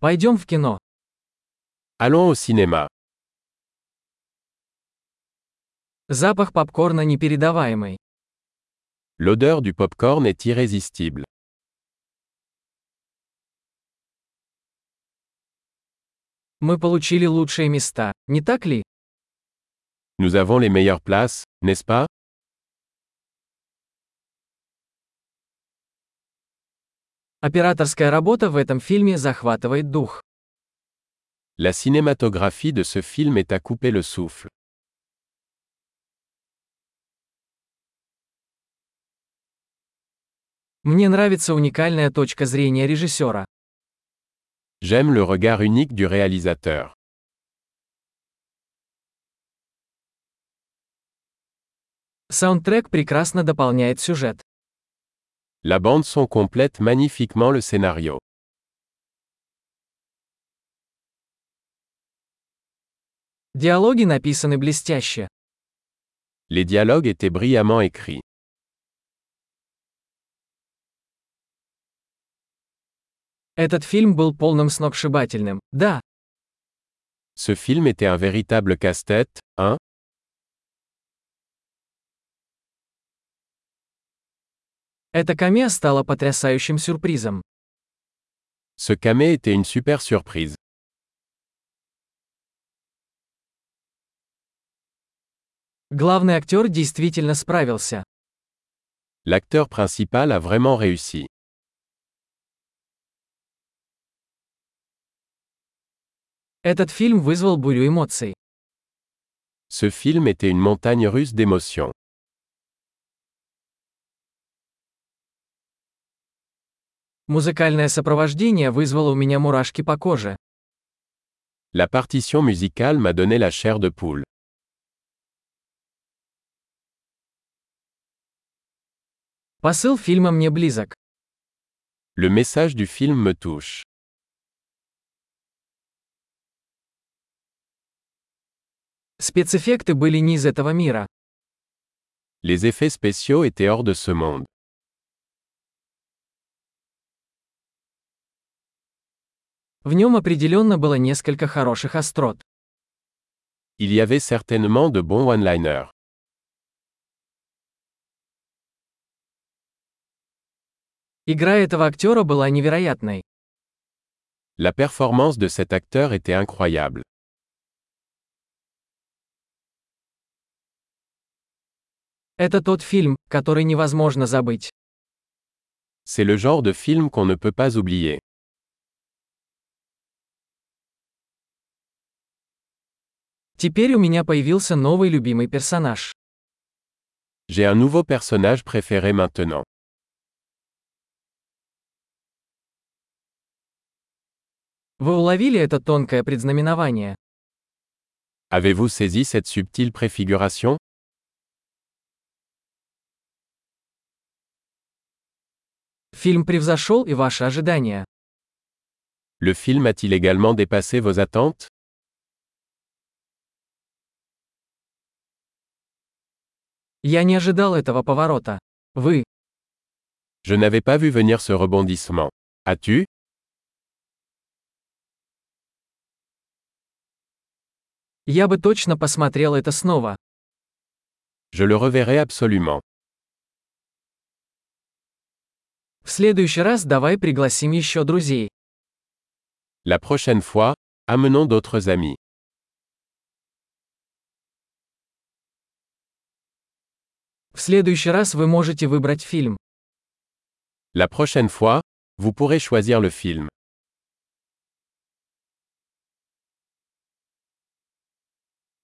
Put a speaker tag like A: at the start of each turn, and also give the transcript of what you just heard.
A: Пойдем в кино.
B: Allons au cinéma.
A: Запах попкорна непередаваемый.
B: L'odeur du popcorn est irrésistible.
A: Мы получили лучшие места, не так ли?
B: Nous avons les meilleures places, n'est-ce pas
A: Операторская работа в этом фильме захватывает дух.
B: La cinématographie de ce film est à couper le souffle.
A: Мне нравится уникальная точка зрения режиссера.
B: J'aime le regard unique du réalisateur.
A: Саундтрек прекрасно дополняет сюжет.
B: La bande son complète magnifiquement le scénario.
A: Диалоги написаны блестяще.
B: Les dialogues étaient brillamment écrits.
A: Этот фильм был полным сногсшибательным. Да,
B: Ce film était un véritable casse-tête, hein
A: эта камея стала потрясающим сюрпризом.
B: Ce camé était une super surprise.
A: Главный актер действительно справился.
B: L'acteur principal a vraiment réussi.
A: Этот фильм вызвал бурю эмоций.
B: Ce film était une montagne russe d'émotions.
A: Музыкальное сопровождение вызвало у меня мурашки по коже.
B: La partition musicale m'a donné la chair de poule.
A: Посыл фильма мне близок.
B: Le message du film me touche.
A: Спецэффекты были не из этого мира.
B: Les effets spéciaux étaient hors de ce monde.
A: В нем определенно было несколько хороших острот.
B: Il y avait certainement de bons one-liners.
A: Игра этого актера была невероятной.
B: La performance de cet acteur était incroyable.
A: Это тот фильм, который невозможно забыть.
B: C'est le genre de film qu'on ne peut pas oublier.
A: Теперь у меня появился новый любимый персонаж.
B: J'ai un nouveau personnage préféré maintenant.
A: Вы уловили это тонкое предзнаменование?
B: Avez-vous saisi cette subtile préfiguration
A: Фильм превзошел и ваши ожидания.
B: Le film a-t-il également dépassé vos attentes
A: Я не ожидал этого поворота. Вы.
B: Je n'avais pas vu venir ce rebondissement. As-tu
A: Я бы точно посмотрел это снова.
B: Je le reverrai absolument.
A: В следующий раз давай пригласим еще друзей.
B: La prochaine fois, amenons d'autres amis.
A: В следующий раз вы можете выбрать фильм.
B: La prochaine fois, vous pourrez choisir le film.